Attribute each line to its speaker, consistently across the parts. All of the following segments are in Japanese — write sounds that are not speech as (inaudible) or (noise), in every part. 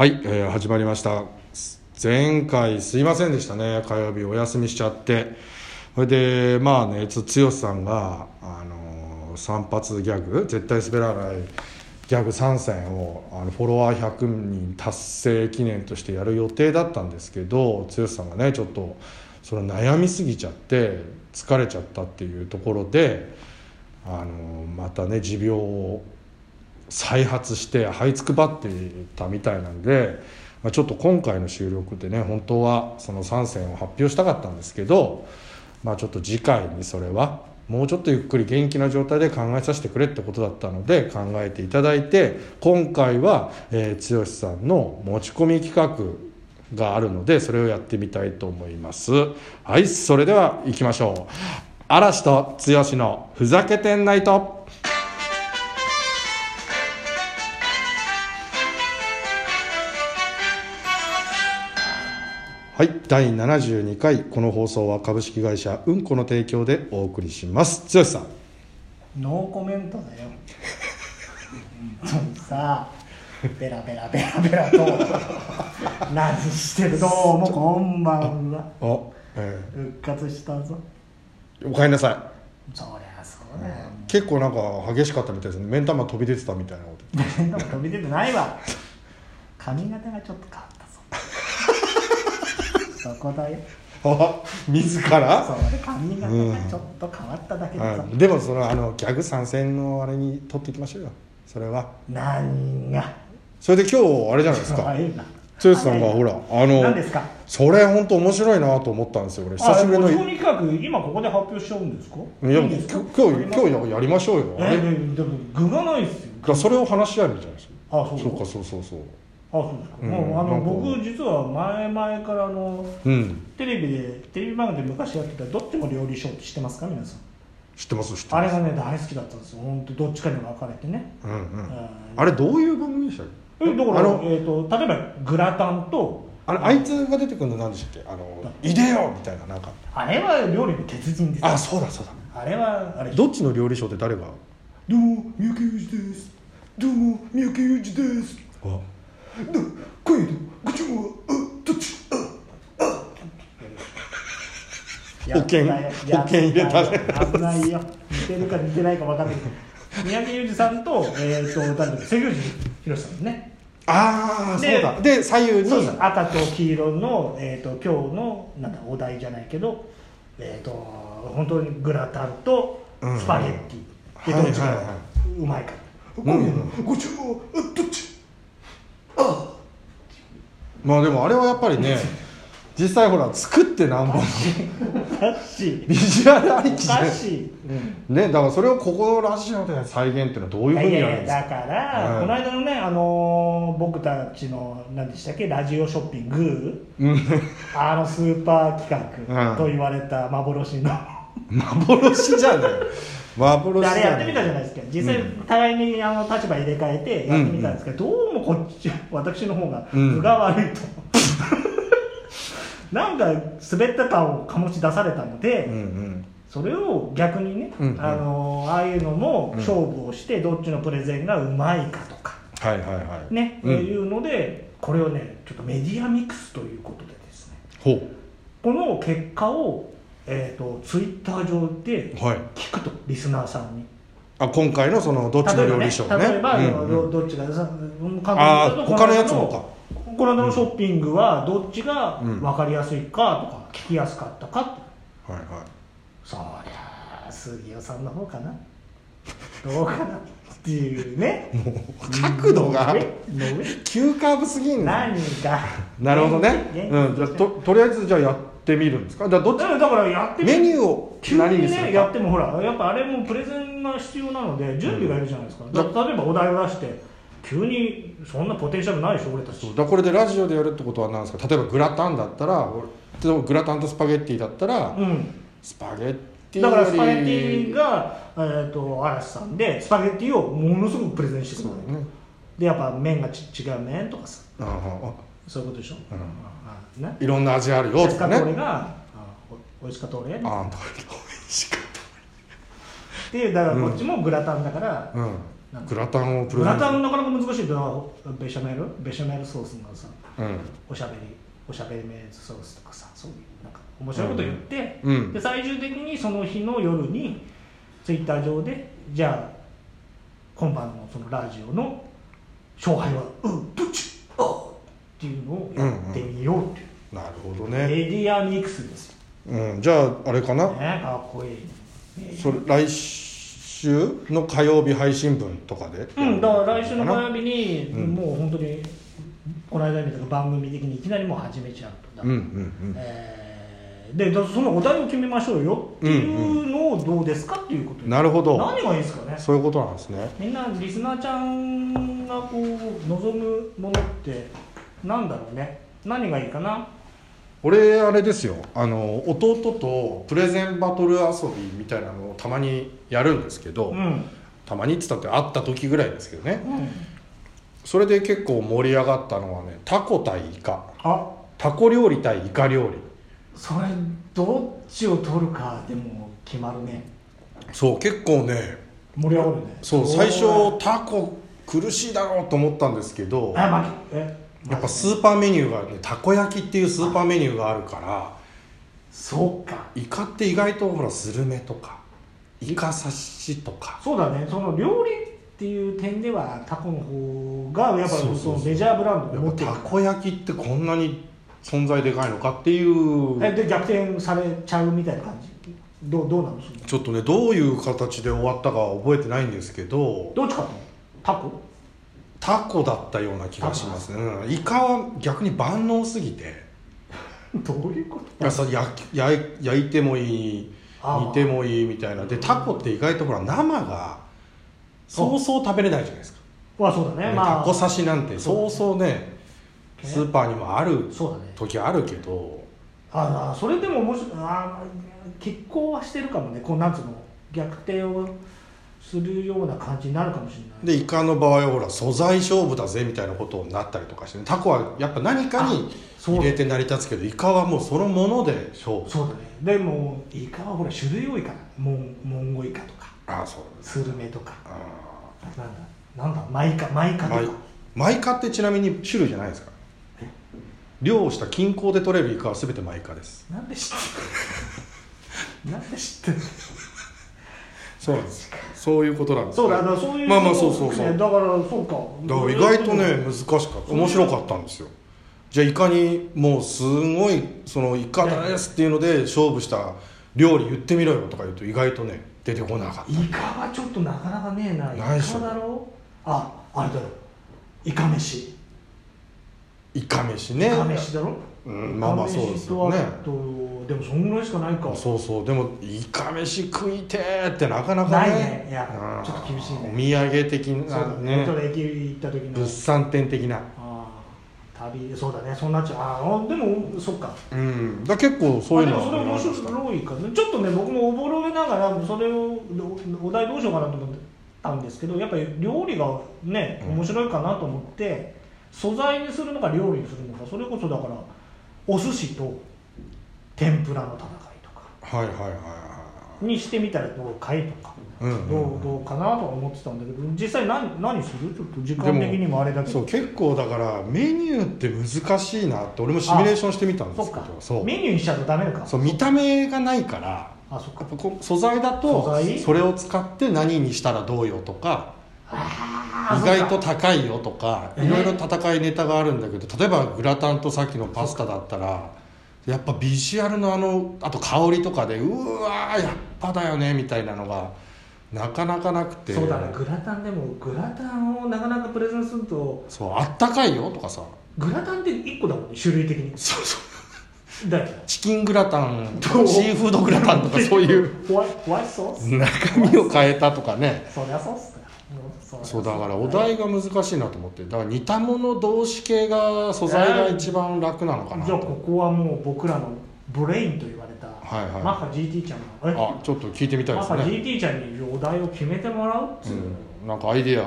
Speaker 1: はい、えー始まりました前回すいませんでしたね火曜日お休みしちゃってそれでまあねちょっと剛さんが、あのー散髪ギャグ絶対滑らないギャグ3選をあのフォロワー100人達成記念としてやる予定だったんですけど剛さんがねちょっとそれ悩みすぎちゃって疲れちゃったっていうところで、あのーまたね持病を再発して這いつくばっていたみたいなんで、まあ、ちょっと今回の収録でね本当はその3選を発表したかったんですけど、まあ、ちょっと次回にそれはもうちょっとゆっくり元気な状態で考えさせてくれってことだったので考えていただいて今回は、えー剛さんの持ち込み企画があるのでそれをやってみたいと思いますはいそれでは行きましょう嵐と剛のふざけてんナイトはい、第72回この放送は株式会社うんこの提供でお送りします剛さん
Speaker 2: ノーコメントだよさあベラベラベラベラと何してるどうもこんばんは
Speaker 1: お、え
Speaker 2: 復活したぞ
Speaker 1: ーおかえりなさ
Speaker 2: そりゃそうだよ
Speaker 1: い結構なんか激しかったみたいですね目ん玉飛び出てたみたいなこと
Speaker 2: 面倒飛び出てないわ髪型がちょっと変わったぞそこだよ
Speaker 1: あ (laughs) 自
Speaker 2: そ
Speaker 1: ら、
Speaker 2: れ髪型がちょっと変わっただけでさ、
Speaker 1: はい、でもそのあのギャグ参戦のあれに取っていきましょうよそれは
Speaker 2: 何が
Speaker 1: それで今日あれじゃないですか
Speaker 2: いな
Speaker 1: 剛さんがほらあの
Speaker 2: 何ですか
Speaker 1: それ本当面白いなと思ったんですよ俺久しぶりの
Speaker 3: あ持ち込み企画今ここで発表しちゃうんですか
Speaker 1: いや
Speaker 2: いいんですか
Speaker 1: 今日今日やりましょうよ
Speaker 3: え
Speaker 1: あれだか
Speaker 3: でも具がないっすよ
Speaker 1: らそれを話し合えるじゃないですか
Speaker 3: あそう
Speaker 1: そうかそうそうそう
Speaker 3: あそうですか、
Speaker 1: うん
Speaker 3: もうあ
Speaker 1: な
Speaker 3: の
Speaker 1: んか
Speaker 3: 僕実は前々からあの
Speaker 1: うん
Speaker 3: テレビでテレビ番組で昔やってた「どっちも料理ショー」って知ってますか皆さん
Speaker 1: 知ってます知って
Speaker 3: あ
Speaker 1: ま
Speaker 3: れ
Speaker 1: す
Speaker 3: がね大好きだったんですよ本当どっちかに分かれてね、
Speaker 1: うんうん
Speaker 3: うん
Speaker 1: あれどういう番組でしたっけ
Speaker 3: えだから
Speaker 1: あの
Speaker 3: えー、と例えばグラタンと
Speaker 1: あれあいつが出てくるの何でしたっけあの「いでよ!」みたいななんか
Speaker 3: あれは料理の鉄人です
Speaker 1: あそうだそうだ
Speaker 3: あれはあれ
Speaker 1: どっちの料理賞って誰が
Speaker 3: どうも三宅裕二ですどうも三宅裕二です
Speaker 1: あ
Speaker 3: だ今夜のご注文はあどっち
Speaker 1: 保険
Speaker 2: やったよ
Speaker 1: 保険入れたね
Speaker 2: やったよ危ないよ似てるか似てないか分かんないけど
Speaker 3: 三宅裕二さんと、えー、と誰だっけ関口宏さんね
Speaker 1: あー
Speaker 3: で
Speaker 1: そうだで左右
Speaker 3: そう
Speaker 1: に
Speaker 3: そう赤と黄色の、えー、と今日のなんだお題じゃないけど、えー、と本当にグラタンと
Speaker 1: うん
Speaker 3: スパゲッティ、
Speaker 1: はい
Speaker 3: でどっち
Speaker 1: はいは
Speaker 3: が
Speaker 1: いう
Speaker 3: まいか、
Speaker 1: んうん
Speaker 3: 今夜のご注文はあどっち
Speaker 1: まあでもあれはやっぱり
Speaker 3: (laughs)
Speaker 1: ね実際ほら作ってなんぼの
Speaker 3: だし
Speaker 1: ビジュアルあり
Speaker 3: お
Speaker 1: きじゃな
Speaker 3: か
Speaker 1: い
Speaker 3: しい、うん
Speaker 1: ねだからそれをここのラジオで再現っていうのはどういうふう
Speaker 3: い
Speaker 1: に
Speaker 3: や
Speaker 1: や
Speaker 3: いや
Speaker 1: るん
Speaker 3: い
Speaker 1: です
Speaker 3: や
Speaker 1: か
Speaker 3: だから、
Speaker 1: うん
Speaker 3: この間のね、あのー僕たちの何でしたっけラジオショッピング
Speaker 1: うん
Speaker 3: あのスーパー企
Speaker 1: う
Speaker 3: 画
Speaker 1: ん
Speaker 3: と言われた幻の、
Speaker 1: 幻じゃねえ幻じ
Speaker 3: であ
Speaker 1: ゃねえ
Speaker 3: れやってみたじゃないですか実際、互いにあの立場入れ替えてやってみたんですけど、どうもこっち私の方が
Speaker 1: うん
Speaker 3: 分が悪いと、 (laughs) なんか滑った感を醸し出されたので、
Speaker 1: うんうん
Speaker 3: それを逆にね、
Speaker 1: うんうん
Speaker 3: あのーああいうのも勝負をして、どっちのプレゼンがうまいかとか
Speaker 1: はいはいはい
Speaker 3: ね、
Speaker 1: うん
Speaker 3: いうのでこれをねちょっとメディアミックスということでですね
Speaker 1: ほう
Speaker 3: この結果を、えー、とツイッター上で
Speaker 1: はい、
Speaker 3: 聞くとリスナーさんに
Speaker 1: あ今回のそのどっちの料理賞ね
Speaker 3: 例えば、ね例えば
Speaker 1: うん
Speaker 3: ど
Speaker 1: うん
Speaker 3: どっちがさうん
Speaker 1: あー
Speaker 3: 韓国だと
Speaker 1: 他のやつもか
Speaker 3: この間のショッピングはどっちが
Speaker 1: うん
Speaker 3: 分かりやすいかとか聞きやすかったかって
Speaker 1: はいは
Speaker 3: そりゃあ杉尾さんの方かなどうかなっていうね
Speaker 1: いもう (laughs) 角度が
Speaker 3: の上の
Speaker 1: 急カーブすぎ
Speaker 3: 上
Speaker 1: んな
Speaker 3: 何が
Speaker 1: (laughs) なるほどね、
Speaker 3: 元
Speaker 1: うん、
Speaker 3: 気
Speaker 1: じゃあととりあえずじゃあやってみるんですかだからどっ
Speaker 3: だからだからやって
Speaker 1: ち
Speaker 3: み
Speaker 1: メニューを
Speaker 3: 急
Speaker 1: 何
Speaker 3: に
Speaker 1: にす
Speaker 3: ね
Speaker 1: る
Speaker 3: や
Speaker 1: か
Speaker 3: ってもほらやっぱあれもプレゼンが必要なので準備がいるじゃないですか、
Speaker 1: ん
Speaker 3: だ例えばお題を出して急にそんなポテンシャルないでしょ俺たち
Speaker 1: そうだからこれでラジオでやるってことは何ですか例えばグラタンだったら俺でもグラタンとスパゲッティだったら
Speaker 3: うん
Speaker 1: スパゲッティよ
Speaker 3: だ
Speaker 1: り
Speaker 3: からスパゲッティが、えー、と嵐さんでスパゲッティをものすごくプレゼンしてく
Speaker 1: そう
Speaker 3: れる
Speaker 1: だね
Speaker 3: でやっぱ麺がち違う麺とかさ
Speaker 1: ああ
Speaker 3: そういうことでしょ、
Speaker 1: うん
Speaker 3: あね
Speaker 1: あいろんな味ある
Speaker 3: 美
Speaker 1: よ
Speaker 3: 味
Speaker 1: と
Speaker 3: しか
Speaker 1: か
Speaker 3: った
Speaker 1: ね
Speaker 3: 俺があ美味しかった俺
Speaker 1: あ
Speaker 3: っ
Speaker 1: あどれが美味しかって
Speaker 3: いうだからこっちもグラタンだから、
Speaker 1: たうん
Speaker 3: なんか
Speaker 1: グラタンをプレ
Speaker 3: グ
Speaker 1: ゼン
Speaker 3: ラ
Speaker 1: ト
Speaker 3: タンなかなか難しいけどベシャメルベシャメルソースのさ
Speaker 1: うん
Speaker 3: おしゃべりおしゃべりメイズソースとかさそういうなんか面白いこと言って、
Speaker 1: うんうん
Speaker 3: で最終的にその日の夜にツイッター上でじゃあ今晩のそのラジオの勝敗はうんどっちあーっていうのをやってみようっていう、
Speaker 1: なるほどね、
Speaker 3: メディアミックスですよ
Speaker 1: うん、じゃああれかな、
Speaker 3: ねかっこいいメディア
Speaker 1: それ来週の火曜日配信分とかで
Speaker 3: うん、だから来週の火曜日に、
Speaker 1: うん
Speaker 3: もう本当にこの間みたいな番組的にいきなりもう始めちゃうとだ
Speaker 1: うんうん
Speaker 3: えーでだそのお題を決めましょうよっていうのをどうですかっていうこと
Speaker 1: うんなるほど
Speaker 3: 何がいいですかね
Speaker 1: そういうことなんですね
Speaker 3: みんなリスナーちゃんがこう望むものってなんだろうね何がいいかな
Speaker 1: 俺あれですよあの弟とプレゼンバトル遊びみたいなのをたまにやるんですけど、
Speaker 3: うん、うん、
Speaker 1: たまにって言ったって会った時ぐらいですけどねそれで結構盛り上がったのはねタコ対イカ
Speaker 3: あ
Speaker 1: タコ料理対イカ料理
Speaker 3: それどっちを取るかでも決まるね
Speaker 1: そう結構ね
Speaker 3: 盛り上がるね
Speaker 1: そう
Speaker 3: おー
Speaker 1: 最初タコ苦しいだろうと思ったんですけど
Speaker 3: あまきえ
Speaker 1: やっぱスーパーメニューがねたこ焼きっていうスーパーメニューがあるから
Speaker 3: そうか
Speaker 1: イカって意外とほらスルメとかイカ刺しとか
Speaker 3: そうだねその料理っていう点ではタコの方がやっぱ
Speaker 1: そうそう
Speaker 3: り
Speaker 1: そ
Speaker 3: そうのメジャーブランドを
Speaker 1: や
Speaker 3: 持
Speaker 1: っ
Speaker 3: ってる
Speaker 1: ぱ
Speaker 3: か
Speaker 1: た
Speaker 3: ら
Speaker 1: こ焼きってこんなに存在でかいのかっていう
Speaker 3: えで逆転されちゃうみたいな感じどうどうなのその
Speaker 1: ちょっとねどういう形で終わったかは覚えてないんですけど
Speaker 3: どっちかとタ
Speaker 1: (laughs)
Speaker 3: コ
Speaker 1: タコだったような気がしますね、うんイカは逆に万能すぎて
Speaker 3: どういうこ
Speaker 1: い
Speaker 3: と
Speaker 1: やそれ焼き焼い焼いてもいい
Speaker 3: あー
Speaker 1: 煮てもいいみたいなでタコって意外とほら生がそうそう食べれないじゃないですか
Speaker 3: まあそうだねま
Speaker 1: タ
Speaker 3: あ
Speaker 1: コ刺しなんてそうそうね
Speaker 3: ね
Speaker 1: スーパーにもある
Speaker 3: そうだね
Speaker 1: 時あるけど
Speaker 3: ああそれでももしあ結婚はしてるかもねこうなんつうの逆転をするような感じになるかもしれない
Speaker 1: でイカの場合はほら素材勝負だぜみたいなことになったりとかしてねタコはやっぱ何かに
Speaker 3: そう
Speaker 1: 入れて成り立つけどイカはもうそのもので勝負
Speaker 3: そうだねでもイカはほら種類多いからモンモンゴイカとか
Speaker 1: ああそうです
Speaker 3: スルメとか
Speaker 1: あ
Speaker 3: なんだなんだマイカマイカ
Speaker 1: あ
Speaker 3: とか
Speaker 1: マイマイカってちなみに種類じゃないですか漁をした近郊で取れるイカは全てマイカです
Speaker 3: なんで知ってる (laughs) なんで知ってる
Speaker 1: そうなんですそういうことなんです
Speaker 3: そうだだからそういう
Speaker 1: まあまあそうそうそう
Speaker 3: ねだからそうか
Speaker 1: だから意外とね難しかった面白かったんですよじゃあイカにもうすごいそのイカですっていうので勝負した料理言ってみろよとか言うと意外とね出てこなかっ
Speaker 3: イカはちょっとなかなかねえな
Speaker 1: ない
Speaker 3: イ
Speaker 1: っしょ
Speaker 3: カだろああれだろイカ飯
Speaker 1: たイカ飯
Speaker 3: イ
Speaker 1: ね
Speaker 3: カ飯だろ
Speaker 1: うんまあまあそうですよね
Speaker 3: イカ飯とあとでもそんぐらいしかないか
Speaker 1: そうそうでもイカ飯食いてーってなかなかね
Speaker 3: ないねいや
Speaker 1: うん
Speaker 3: ちょっと厳しい
Speaker 1: お土産的
Speaker 3: そうだ
Speaker 1: な
Speaker 3: ね
Speaker 1: ね
Speaker 3: ちょっと駅行った時の
Speaker 1: 物産展的な
Speaker 3: ああ旅そうだねそうなっちゃうああでもそっか
Speaker 1: うんだから結構そういうの
Speaker 3: あでもそれ面白いかなちょっとね僕もおぼろげながらそれをおお題どうしようかなと思ったんですけどやっぱり料理がね
Speaker 1: うん
Speaker 3: 面白いかなと思って、素材にするのか料理にするのかそれこそだからお寿司と天ぷらの戦いとか
Speaker 1: はいはいはいは
Speaker 3: にしてみたらどうかいとか、
Speaker 1: うんうんうん
Speaker 3: どうどうかなとは思ってたんだけど実際何何するちょっと時間
Speaker 1: でも
Speaker 3: 的にもあれだけ
Speaker 1: そ
Speaker 3: ど
Speaker 1: う結構だからメニューって難しいなって俺もシミュレーションしてみたんで
Speaker 3: そ
Speaker 1: す
Speaker 3: っ
Speaker 1: け
Speaker 3: か
Speaker 1: どそう
Speaker 3: メニューにしちゃうとダメか
Speaker 1: そう見た目がないから
Speaker 3: あそっか
Speaker 1: やっぱこう素材だと
Speaker 3: 素材
Speaker 1: それを使って何にしたらどうよとか
Speaker 3: あー
Speaker 1: 意外と高いよとか
Speaker 3: えー
Speaker 1: いろいろ戦いネタがあるんだけど例えばグラタンとさっきのパスタだったらやっぱビジュアルのあのあと香りとかでうわーやっぱだよねみたいなのがなかなかなくて
Speaker 3: そうだねグラタンでもグラタンをなかなかプレゼンすると
Speaker 1: そうあったかいよとかさ
Speaker 3: グラタンって1個だもんね種類的に
Speaker 1: そうそう
Speaker 3: だよね
Speaker 1: チキングラタン
Speaker 3: どう
Speaker 1: シーフードグラタンとかそういう
Speaker 3: ホワイホワイトソース
Speaker 1: 中身を変えたとかね
Speaker 3: そりゃそうっすかうんそりゃ
Speaker 1: そうだから
Speaker 3: っ
Speaker 1: お
Speaker 3: す
Speaker 1: 題が難しいなと思ってだから似たもの同士系が素材が一番楽なのかな
Speaker 3: じゃあ
Speaker 1: と
Speaker 3: ここはもう僕らのブレインと言われた、
Speaker 1: はいはい
Speaker 3: マッハ GT ちゃんがえ
Speaker 1: あちょっと聞いてみたい
Speaker 3: マッ
Speaker 1: です
Speaker 3: ハ
Speaker 1: ね、
Speaker 3: GT ちゃんにお題を決めてもらうっつうの
Speaker 1: うん、なんかアイディ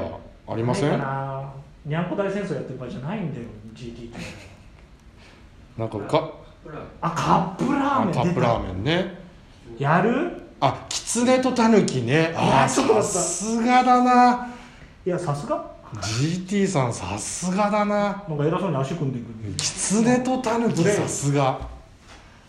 Speaker 1: アありません
Speaker 3: ないか
Speaker 1: な
Speaker 3: なにゃんこ大戦争やってる場合じゃないんだよ GT って
Speaker 1: んかか
Speaker 3: あカップラー
Speaker 1: あ
Speaker 3: メン
Speaker 1: カップラーメンね
Speaker 3: 出たやる
Speaker 1: あキツネとタヌキねあ
Speaker 3: あそうだ
Speaker 1: さ
Speaker 3: った
Speaker 1: すがだな
Speaker 3: いやさすが
Speaker 1: GT さんさすがだな
Speaker 3: なんか偉そうに足組んでいくんで
Speaker 1: キツネとタヌキさすが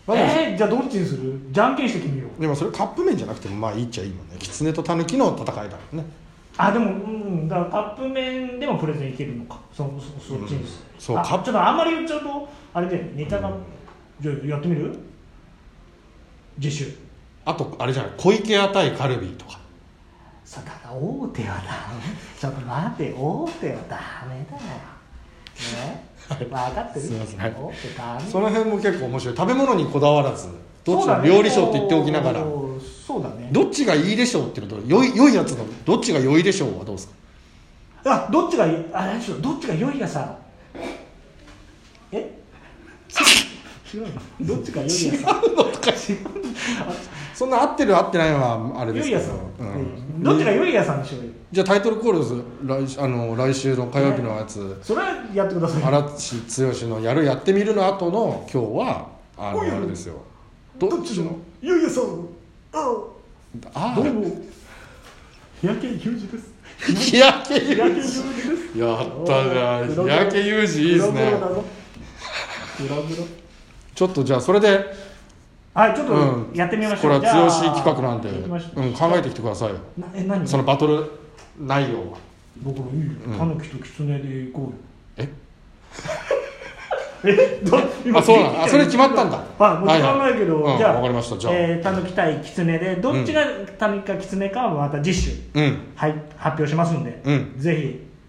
Speaker 1: まあでも
Speaker 3: えー、じゃあどっちにするじゃんけんして決めよう
Speaker 1: でもそれカップ麺じゃなくてもまあいいっちゃいいもんねキツネとタヌキの戦いだもんね
Speaker 3: あでもうんだからカップ麺でもプレゼンいけるのかそそそっちにす、
Speaker 1: うんそう
Speaker 3: あ
Speaker 1: カップ
Speaker 3: ちょっとあんまり言っちゃうとあれでネタが、じゃあやってみる次週
Speaker 1: あとあれじゃない小池屋対カルビーとか
Speaker 2: そうだから大手はダメちょっと待て大手はダメだよ
Speaker 1: (laughs)
Speaker 2: ね分かってる
Speaker 1: すいませんはい
Speaker 2: 大手ダメ
Speaker 1: その辺も結構面白い食べ物にこだわらずどっちの料理賞って言っておきながら
Speaker 3: そうだねそうだね
Speaker 1: どっちがいいでしょうっていうのと良い良いやつのどっちが良いでしょうはどうですか
Speaker 3: あどっちがいいあ何しろどっちが良いがさえ (laughs) 違うのどっちが良いがさ
Speaker 1: そんな合ってる合ってないのはあれで
Speaker 3: 良
Speaker 1: す
Speaker 3: い
Speaker 1: け
Speaker 3: や
Speaker 1: ど
Speaker 3: さん、う
Speaker 1: うん
Speaker 3: ん、どっちが良いやさんにしようよ
Speaker 1: じゃあタイトルコールです来あの来週の火曜日のやつ
Speaker 3: それはやってください
Speaker 1: 荒地剛の「やるやってみる」の後の今日はあの
Speaker 3: おいおい
Speaker 1: あれですよどっちの
Speaker 3: 良いやさんあ
Speaker 1: あ
Speaker 3: どうも日焼け裕二です
Speaker 1: 日焼け
Speaker 3: 日焼
Speaker 1: 裕
Speaker 3: け裕二です
Speaker 1: 二やったじゃん日
Speaker 3: 黒黒
Speaker 1: 焼け裕二いいです
Speaker 3: 黒
Speaker 1: ね
Speaker 3: 黒だぞ黒黒
Speaker 1: ちょっとじゃあそれで
Speaker 3: はいちょっ
Speaker 1: うん
Speaker 3: とやってみまし
Speaker 1: こ
Speaker 3: ょ
Speaker 1: れ
Speaker 3: う、
Speaker 1: は
Speaker 3: じゃあ
Speaker 1: 剛企画なんで、
Speaker 3: 行きましょ
Speaker 1: うん、考えてきてくださいよ
Speaker 3: うなえ何
Speaker 1: そのバトル内容は
Speaker 3: 僕のいいよ
Speaker 1: うん
Speaker 3: タヌキとキツネで行こうよ
Speaker 1: え
Speaker 3: え (laughs) ど
Speaker 1: あそうなのあそれ決まったんだ
Speaker 3: あもう時間ないけ
Speaker 1: は
Speaker 3: ど、
Speaker 1: いはいうん
Speaker 3: じゃあ
Speaker 1: わかりましたじゃあ
Speaker 3: えー、タヌキ対キツネでどっちがタヌキかキツネかはまた次週、
Speaker 1: うん
Speaker 3: はい、発表しますんで、
Speaker 1: うん
Speaker 3: ぜ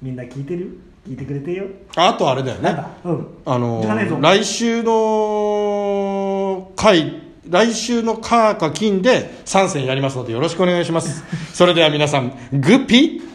Speaker 3: ひみんな聞いてる聞いてくれてよ
Speaker 1: ああとあれだよ
Speaker 3: なん
Speaker 1: ね
Speaker 3: だうん
Speaker 1: あの
Speaker 3: じゃあねぞ
Speaker 1: 来週の回来週の火か金で3戦やりますのでよろしくお願いしますそれでは皆さんグッピー